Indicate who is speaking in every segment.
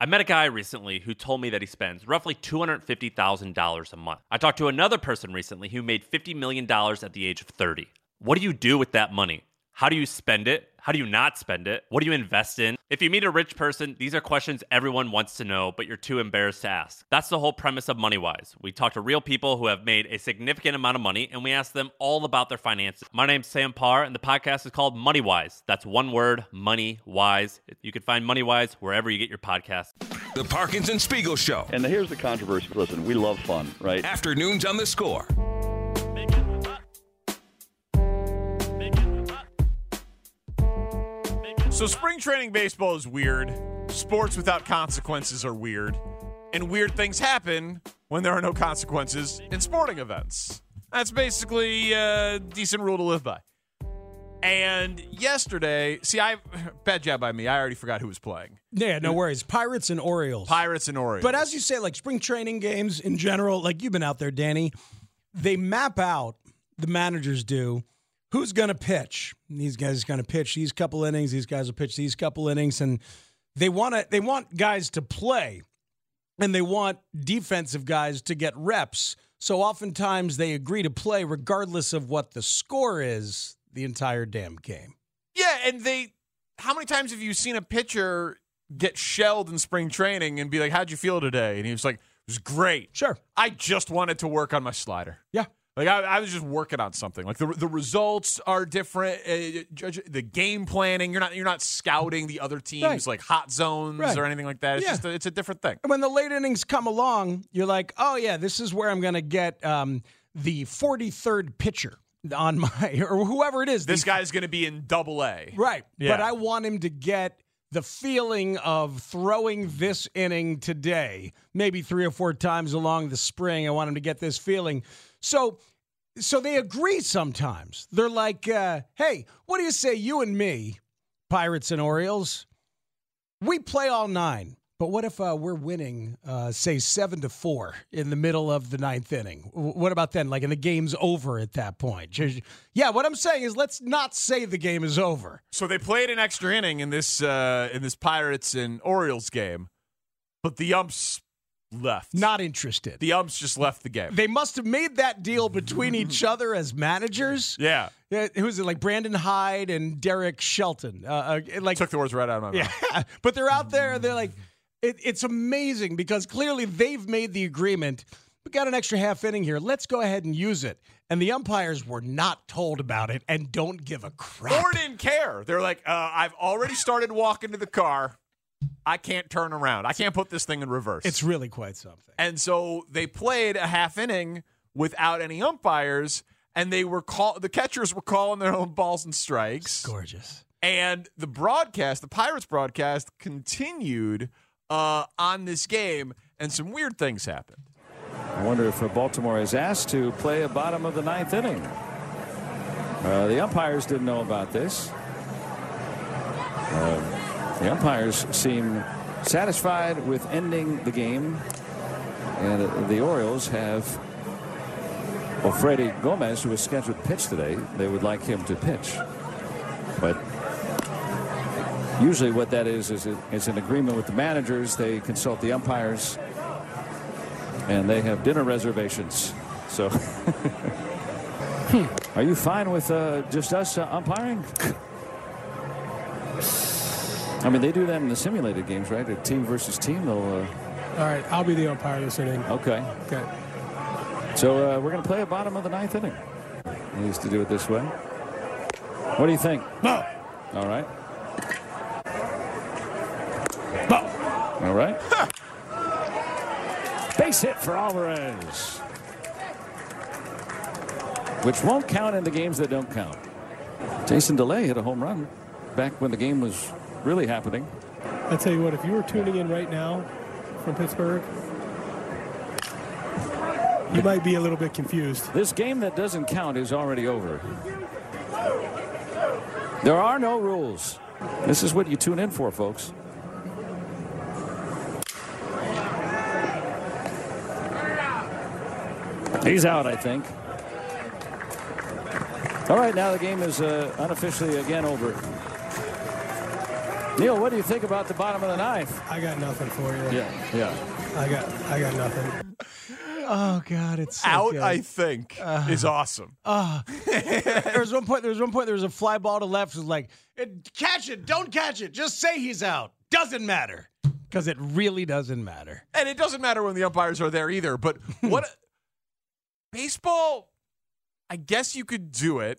Speaker 1: I met a guy recently who told me that he spends roughly $250,000 a month. I talked to another person recently who made $50 million at the age of 30. What do you do with that money? How do you spend it? How do you not spend it? What do you invest in? If you meet a rich person, these are questions everyone wants to know, but you're too embarrassed to ask. That's the whole premise of MoneyWise. We talk to real people who have made a significant amount of money and we ask them all about their finances. My name's Sam Parr, and the podcast is called MoneyWise. That's one word, Money Wise. You can find MoneyWise wherever you get your podcasts.
Speaker 2: The Parkinson Spiegel Show.
Speaker 3: And here's the controversy. Listen, we love fun, right?
Speaker 2: Afternoons on the score.
Speaker 4: So spring training baseball is weird. Sports without consequences are weird. And weird things happen when there are no consequences in sporting events. That's basically a decent rule to live by. And yesterday, see, I bad job by me. I already forgot who was playing.
Speaker 5: Yeah, no worries. Pirates and Orioles.
Speaker 4: Pirates and Orioles.
Speaker 5: But as you say, like spring training games in general, like you've been out there, Danny, they map out, the managers do, who's going to pitch. These guys are going to pitch these couple innings, these guys will pitch these couple innings, and they want to, they want guys to play and they want defensive guys to get reps. So oftentimes they agree to play regardless of what the score is the entire damn game.
Speaker 4: Yeah, and they. How many times have you seen a pitcher get shelled in spring training and be like, "How'd you feel today?" And he was like, "It was great.
Speaker 5: Sure.
Speaker 4: I just wanted to work on my slider.
Speaker 5: Yeah.
Speaker 4: Like I, I was just working on something. Like the the results are different. Uh, judge, the game planning. You're not you're not scouting the other teams
Speaker 5: Right.
Speaker 4: like hot zones
Speaker 5: Right.
Speaker 4: or anything like that. It's
Speaker 5: Yeah.
Speaker 4: just a, it's a different thing.
Speaker 5: And when the late innings come along, you're like, oh yeah, this is where I'm going to get um, the 43rd pitcher on my or whoever it is.
Speaker 4: This
Speaker 5: the-
Speaker 4: guy's going to be in Double A.
Speaker 5: right?
Speaker 4: Yeah.
Speaker 5: But I want him to get the feeling of throwing this inning today, maybe three or four times along the spring. I want him to get this feeling. So, so they agree sometimes. They're like, uh, hey, what do you say, you and me, Pirates and Orioles? we play all nine. But what if uh, we're winning, uh, say seven to four in the middle of the ninth inning? W- What about then? Like, and the game's over at that point. Just- Yeah, what I'm saying is, let's not say the game is over.
Speaker 4: So they played an extra inning in this uh, in this Pirates and Orioles game, but the umps left.
Speaker 5: Not interested.
Speaker 4: the umps just left the game.
Speaker 5: They must have made that deal between each other as managers.
Speaker 4: yeah,
Speaker 5: Uh, Who is it? Like Brandon Hyde and Derek Shelton. Uh, uh, like
Speaker 4: took the words right out of my mouth.
Speaker 5: Yeah, but they're out there and they're like, it, it's amazing because clearly they've made the agreement. We got an extra half inning here. Let's go ahead and use it. And the umpires were not told about it and don't give a crap.
Speaker 4: or didn't care. They're like, uh, I've already started walking to the car. I can't turn around. I can't put this thing in reverse.
Speaker 5: It's really quite something.
Speaker 4: and so they played a half inning without any umpires, and they were call the catchers were calling their own balls and strikes.
Speaker 5: Gorgeous.
Speaker 4: And the broadcast, the Pirates broadcast, continued uh, on this game, and some weird things happened.
Speaker 6: I wonder if uh, Baltimore is asked to play a bottom of the ninth inning. Uh, the umpires didn't know about this. Uh, the umpires seem satisfied with ending the game, and uh, the Orioles have. Well, Freddy Gomez, who was scheduled to pitch today, they would like him to pitch. But usually, what that is is, it, is an agreement with the managers. They consult the umpires and they have dinner reservations. So, are you fine with uh, just us uh, umpiring? I mean, they do that in the simulated games, right? A team versus team. They'll
Speaker 7: All right, I'll be the umpire this inning.
Speaker 6: uh, okay.
Speaker 7: Okay.
Speaker 6: So uh, we're going to play a bottom of the ninth inning. We used to do it this way. What do you think?
Speaker 7: No.
Speaker 6: All right. All right. Base hit for Alvarez. Which won't count in the games that don't count. Jason DeLay hit a home run back when the game was really happening.
Speaker 7: I tell you what, if you were tuning in right now from Pittsburgh, you might be a little bit confused.
Speaker 6: This game that doesn't count is already over. There are no rules. This is what you tune in for, folks. He's out, I think. All right, now the game is uh, unofficially again over. Neil, what do you think about the bottom of the ninth?
Speaker 7: I got nothing for you.
Speaker 6: Yeah, yeah.
Speaker 7: I got I got nothing.
Speaker 5: Oh God, it's so
Speaker 4: Out,
Speaker 5: good. Uh-huh.
Speaker 4: I think, is awesome.
Speaker 5: there was one point. There was one point. There was a fly ball to left. It was like, "It- catch it, don't catch it. Just say he's out. Doesn't matter because it really doesn't matter.
Speaker 4: and it doesn't matter when the umpires are there either. But what baseball? I guess you could do it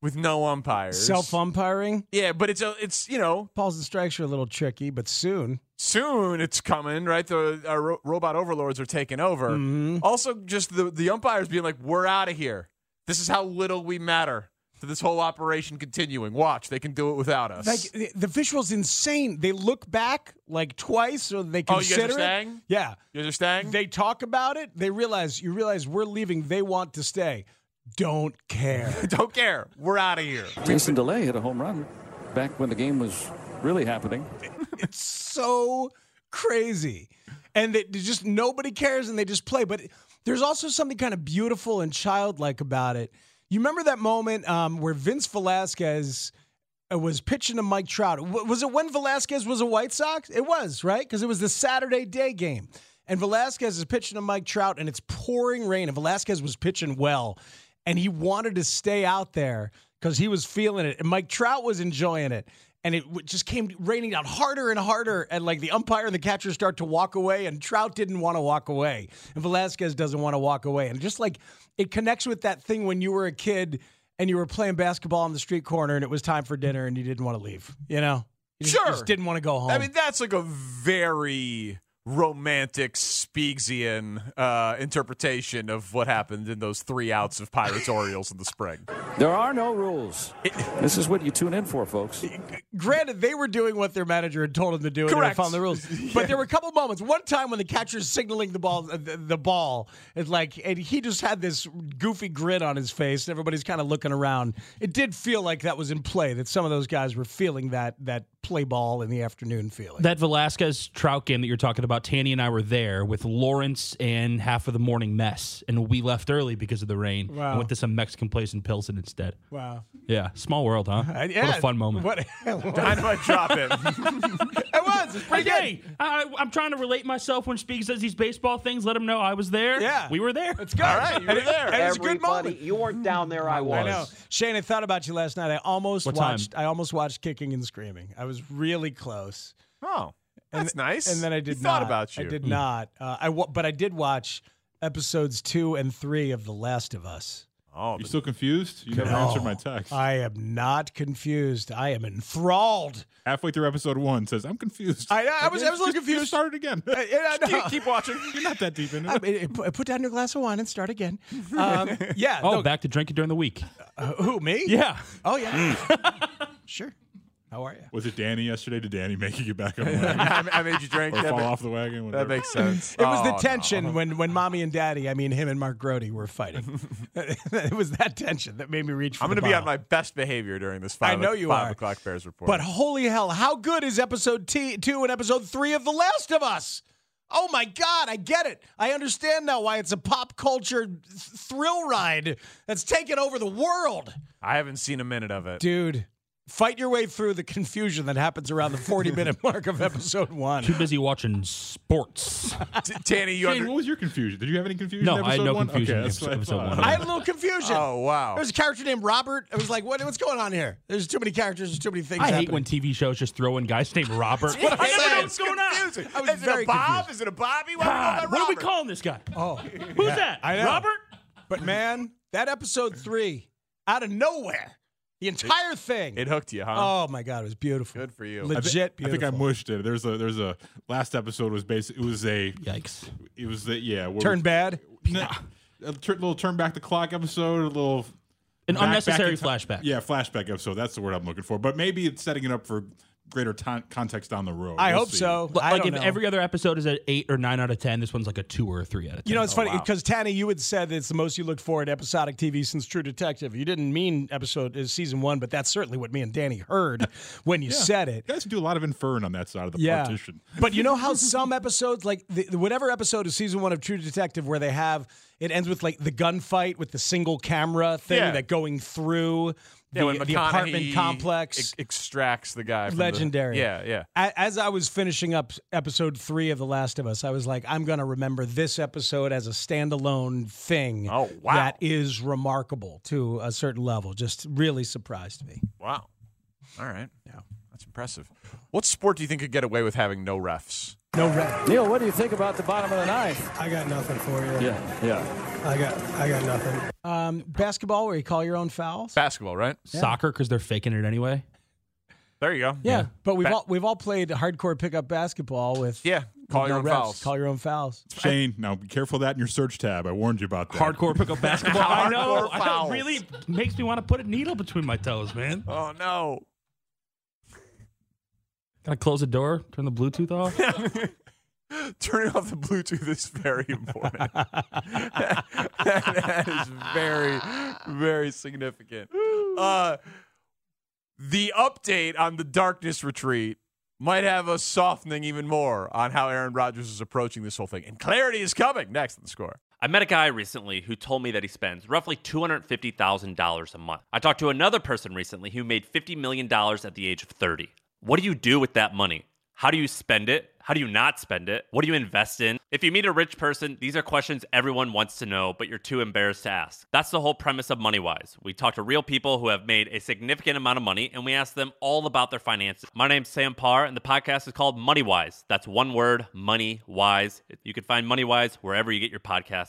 Speaker 4: with no umpires.
Speaker 5: Self umpiring.
Speaker 4: Yeah, but it's a, it's you know
Speaker 5: Balls and strikes are a little tricky, but soon.
Speaker 4: soon it's coming, right? The our ro- robot overlords are taking over.
Speaker 5: Mm-hmm.
Speaker 4: Also, just the the umpires being like, "We're out of here. This is how little we matter." To this whole operation continuing. Watch, they can do it without us.
Speaker 5: Like the, the visual's insane. They look back like twice, so they
Speaker 4: Oh, you guys are
Speaker 5: consider it.
Speaker 4: staying?
Speaker 5: Yeah,
Speaker 4: you understand?
Speaker 5: they talk about it. They realize you realize we're leaving. They want to stay. Don't care.
Speaker 4: don't care. We're out of here.
Speaker 6: Jason Delay hit a home run back when the game was really happening.
Speaker 5: so crazy. And that there's just nobody cares and they just play. But there's also something kind of beautiful and childlike about it. You remember that moment um, where Vince Velasquez uh, was pitching to Mike Trout? W- Was it when Velasquez was a White Sox? It was, right? Because it was the Saturday day game. And Velasquez is pitching to Mike Trout and it's pouring rain. And Velasquez was pitching well and he wanted to stay out there because he was feeling it. And Mike Trout was enjoying it. And it w- just came raining down harder and harder. And like the umpire and the catcher start to walk away, and Trout didn't want to walk away. And Velasquez doesn't want to walk away. And just like it connects with that thing when you were a kid and you were playing basketball on the street corner and it was time for dinner and you didn't want to leave, you know? You just, you
Speaker 4: Sure.
Speaker 5: just didn't want to go home.
Speaker 4: I mean, that's like a very romantic Spiegsian uh, interpretation of what happened in those three outs of Pirates Orioles in the spring.
Speaker 6: There are no rules. This is what you tune in for, folks.
Speaker 5: Granted, they were doing what their manager had told them to do, and
Speaker 4: Correct.
Speaker 5: they found the rules. But there were a couple moments. One time when the catcher's signaling the ball, uh, the, the ball, and like, and he just had this goofy grin on his face, and everybody's kind of looking around. It did feel like that was in play. That some of those guys were feeling that that play ball in the afternoon feeling.
Speaker 8: That Velasquez Trout game that you're talking about, Tanny and I were there with Lawrence and half of the morning mess, and we left early because of the rain.
Speaker 5: Wow.
Speaker 8: And went to some Mexican place in Pilsen instead.
Speaker 5: wow,
Speaker 8: Yeah, small world, huh?
Speaker 5: Uh, yeah.
Speaker 8: What a fun moment.
Speaker 5: What, it
Speaker 4: Dynamite drop in.
Speaker 5: was. It's pretty good.
Speaker 8: Hey, I, I'm trying to relate myself when Speak does these baseball things. Let him know I was there.
Speaker 5: Yeah.
Speaker 8: we were there. It's
Speaker 5: It's good. All right,
Speaker 4: you were there.
Speaker 5: And it's a good
Speaker 9: Everybody-
Speaker 5: moment.
Speaker 9: You weren't down there. I was.
Speaker 5: I know. Shane, I thought about you last night. I almost
Speaker 8: What time?
Speaker 5: watched. I almost watched Kicking and Screaming. I was really close.
Speaker 4: Oh, that's nice.
Speaker 5: And then I did
Speaker 4: He
Speaker 5: not.
Speaker 4: thought about you.
Speaker 5: I did not. Uh, I wa- but I did watch episodes two and three of The Last of Us.
Speaker 4: Oh,
Speaker 10: You're still confused? You haven't answered my text.
Speaker 5: I am not confused. I am enthralled.
Speaker 10: Halfway through episode one says, I'm confused.
Speaker 5: I- I was- I was a little
Speaker 10: Just- just
Speaker 5: confused.
Speaker 10: Start it again.
Speaker 5: Uh, yeah, I know.
Speaker 10: Keep watching. You're not that deep in it.
Speaker 5: I mean, put put down your glass of wine and start again. Um, yeah.
Speaker 8: oh,
Speaker 5: no,
Speaker 8: back to drinking during the week.
Speaker 5: uh, who me?
Speaker 8: Yeah,
Speaker 5: Oh yeah. sure. How are you?
Speaker 10: was it Danny yesterday? Did Danny make you get back on the wagon
Speaker 4: I, I made you drink.
Speaker 10: or
Speaker 4: That,
Speaker 10: fall
Speaker 4: ma-
Speaker 10: off the wagon?
Speaker 4: that
Speaker 10: whatever?
Speaker 4: makes sense.
Speaker 5: It was
Speaker 4: Oh,
Speaker 5: the tension when, when mommy and daddy, I mean him and Mark Grody, were fighting. it was that tension that made me reach for
Speaker 4: I'm
Speaker 5: going to
Speaker 4: be on my best behavior during this
Speaker 5: I
Speaker 4: five,
Speaker 5: know you
Speaker 4: five
Speaker 5: are.
Speaker 4: o'clock Bears report.
Speaker 5: But holy hell, how good is episode t- two and episode three of The Last of Us? Oh my God, I get it. I understand now why it's a pop culture th- thrill ride that's taken over the world.
Speaker 4: I haven't seen a minute of it.
Speaker 5: Dude, fight your way through the confusion that happens around the 40 minute mark of episode one.
Speaker 8: too busy watching sports.
Speaker 4: T- Tanny, you
Speaker 10: Shane,
Speaker 4: under-
Speaker 10: what was your confusion? Did you have any confusion?
Speaker 8: No,
Speaker 10: in
Speaker 8: I had
Speaker 10: episode
Speaker 8: no
Speaker 10: one?
Speaker 8: confusion in
Speaker 10: Okay, that's what I
Speaker 8: episode
Speaker 10: thought.
Speaker 8: one.
Speaker 5: I had a little confusion.
Speaker 4: Oh, wow.
Speaker 5: There's a character named Robert. I was like, what, what's going on here? There's too many characters, there's too many things
Speaker 8: I hate
Speaker 5: happening.
Speaker 8: when TV shows just throw in guys named Robert.
Speaker 5: what I'm
Speaker 8: I never know
Speaker 5: saying.
Speaker 8: what's going on.
Speaker 4: Confusing.
Speaker 5: I was
Speaker 4: Is it
Speaker 5: very
Speaker 4: a Bob?
Speaker 5: confused.
Speaker 4: Is it a Bobby? Why
Speaker 8: God,
Speaker 4: do we call
Speaker 8: what are we
Speaker 4: that Robert?
Speaker 8: calling this guy?
Speaker 5: Oh,
Speaker 8: Who's that?
Speaker 5: I know.
Speaker 8: Robert?
Speaker 5: But man, that episode three, out of nowhere, the entire thing.
Speaker 4: It hooked you, huh?
Speaker 5: oh my god, it was beautiful.
Speaker 4: Good for you. I thi-
Speaker 5: Legit
Speaker 10: I think
Speaker 5: beautiful.
Speaker 10: I mushed it. There's a there's a last episode was basically it was a
Speaker 8: Yikes.
Speaker 10: it was the yeah where
Speaker 5: Turn bad.
Speaker 10: Nah, a tur- little turn back the clock episode, a little
Speaker 8: An
Speaker 10: back- back
Speaker 8: unnecessary
Speaker 10: in ti-
Speaker 8: flashback.
Speaker 10: Yeah, flashback episode. That's the word I'm looking for. But maybe it's setting it up for greater ton- context down the road.
Speaker 5: I
Speaker 10: We'll
Speaker 5: hope
Speaker 10: see.
Speaker 5: so.
Speaker 8: Like
Speaker 5: I don't
Speaker 8: if
Speaker 5: know.
Speaker 8: every other episode is an eight or nine out of ten, this one's like a two or a three out of ten.
Speaker 5: you know, it's funny because Tani, you had said that it's the most you looked forward to episodic TV since True Detective. You didn't mean episode uh, season one, but that's certainly what me and Danny heard when you said it.
Speaker 10: You guys do a lot of inferring on that side of the partition.
Speaker 5: But you know how some episodes, like the, the- whatever episode of season one of True Detective, where they have it ends with like the gunfight with the single camera thing
Speaker 4: Yeah.
Speaker 5: that going through
Speaker 4: Yeah, when
Speaker 5: the, the apartment
Speaker 4: McConaughey
Speaker 5: complex.
Speaker 4: e- extracts the guy. From the-
Speaker 5: Legendary.
Speaker 4: yeah, yeah.
Speaker 5: A- As I was finishing up episode three of The Last of Us, I was like, I'm going to remember this episode as a standalone thing.
Speaker 4: Oh, wow.
Speaker 5: That is remarkable to a certain level. Just really surprised me.
Speaker 4: Wow. All right. Yeah, that's impressive. What sport do you think could get away with having no refs?
Speaker 7: No red.
Speaker 6: Neil, what do you think about the bottom of the ninth?
Speaker 7: I got nothing for you.
Speaker 6: Yeah, yeah.
Speaker 7: I got I got nothing.
Speaker 5: Um, basketball, where you call your own fouls.
Speaker 4: Basketball, right?
Speaker 8: Oh. Soccer because they're faking it anyway.
Speaker 4: There you go.
Speaker 5: yeah, but we've
Speaker 4: Ba-
Speaker 5: all we've all played hardcore pickup basketball with
Speaker 4: Yeah. Call
Speaker 5: with
Speaker 4: your
Speaker 5: no
Speaker 4: own
Speaker 5: refs.
Speaker 4: fouls.
Speaker 5: Call your own fouls.
Speaker 10: Shane, now be careful of that in your search tab. I warned you about that.
Speaker 8: Hardcore pickup basketball. I know.
Speaker 4: Hardcore
Speaker 8: I know.
Speaker 4: fouls.
Speaker 8: It really makes me want to put a needle between my toes, man.
Speaker 4: Oh no.
Speaker 8: Can I close the door? Turn the Bluetooth off?
Speaker 4: Turning off the Bluetooth is very important. that is very, very significant. Uh, the update on the darkness retreat might have us softening even more on how Aaron Rodgers is approaching this whole thing. And clarity is coming next on the score.
Speaker 1: I met a guy recently who told me that he spends roughly $250,000 a month. I talked to another person recently who made $50 million at the age of 30. What do you do with that money? How do you spend it? How do you not spend it? What do you invest in? If you meet a rich person, these are questions everyone wants to know, but you're too embarrassed to ask. That's the whole premise of MoneyWise. We talk to real people who have made a significant amount of money and we ask them all about their finances. My name's Sam Parr, and the podcast is called MoneyWise. That's one word, Money Wise. You can find MoneyWise wherever you get your podcasts.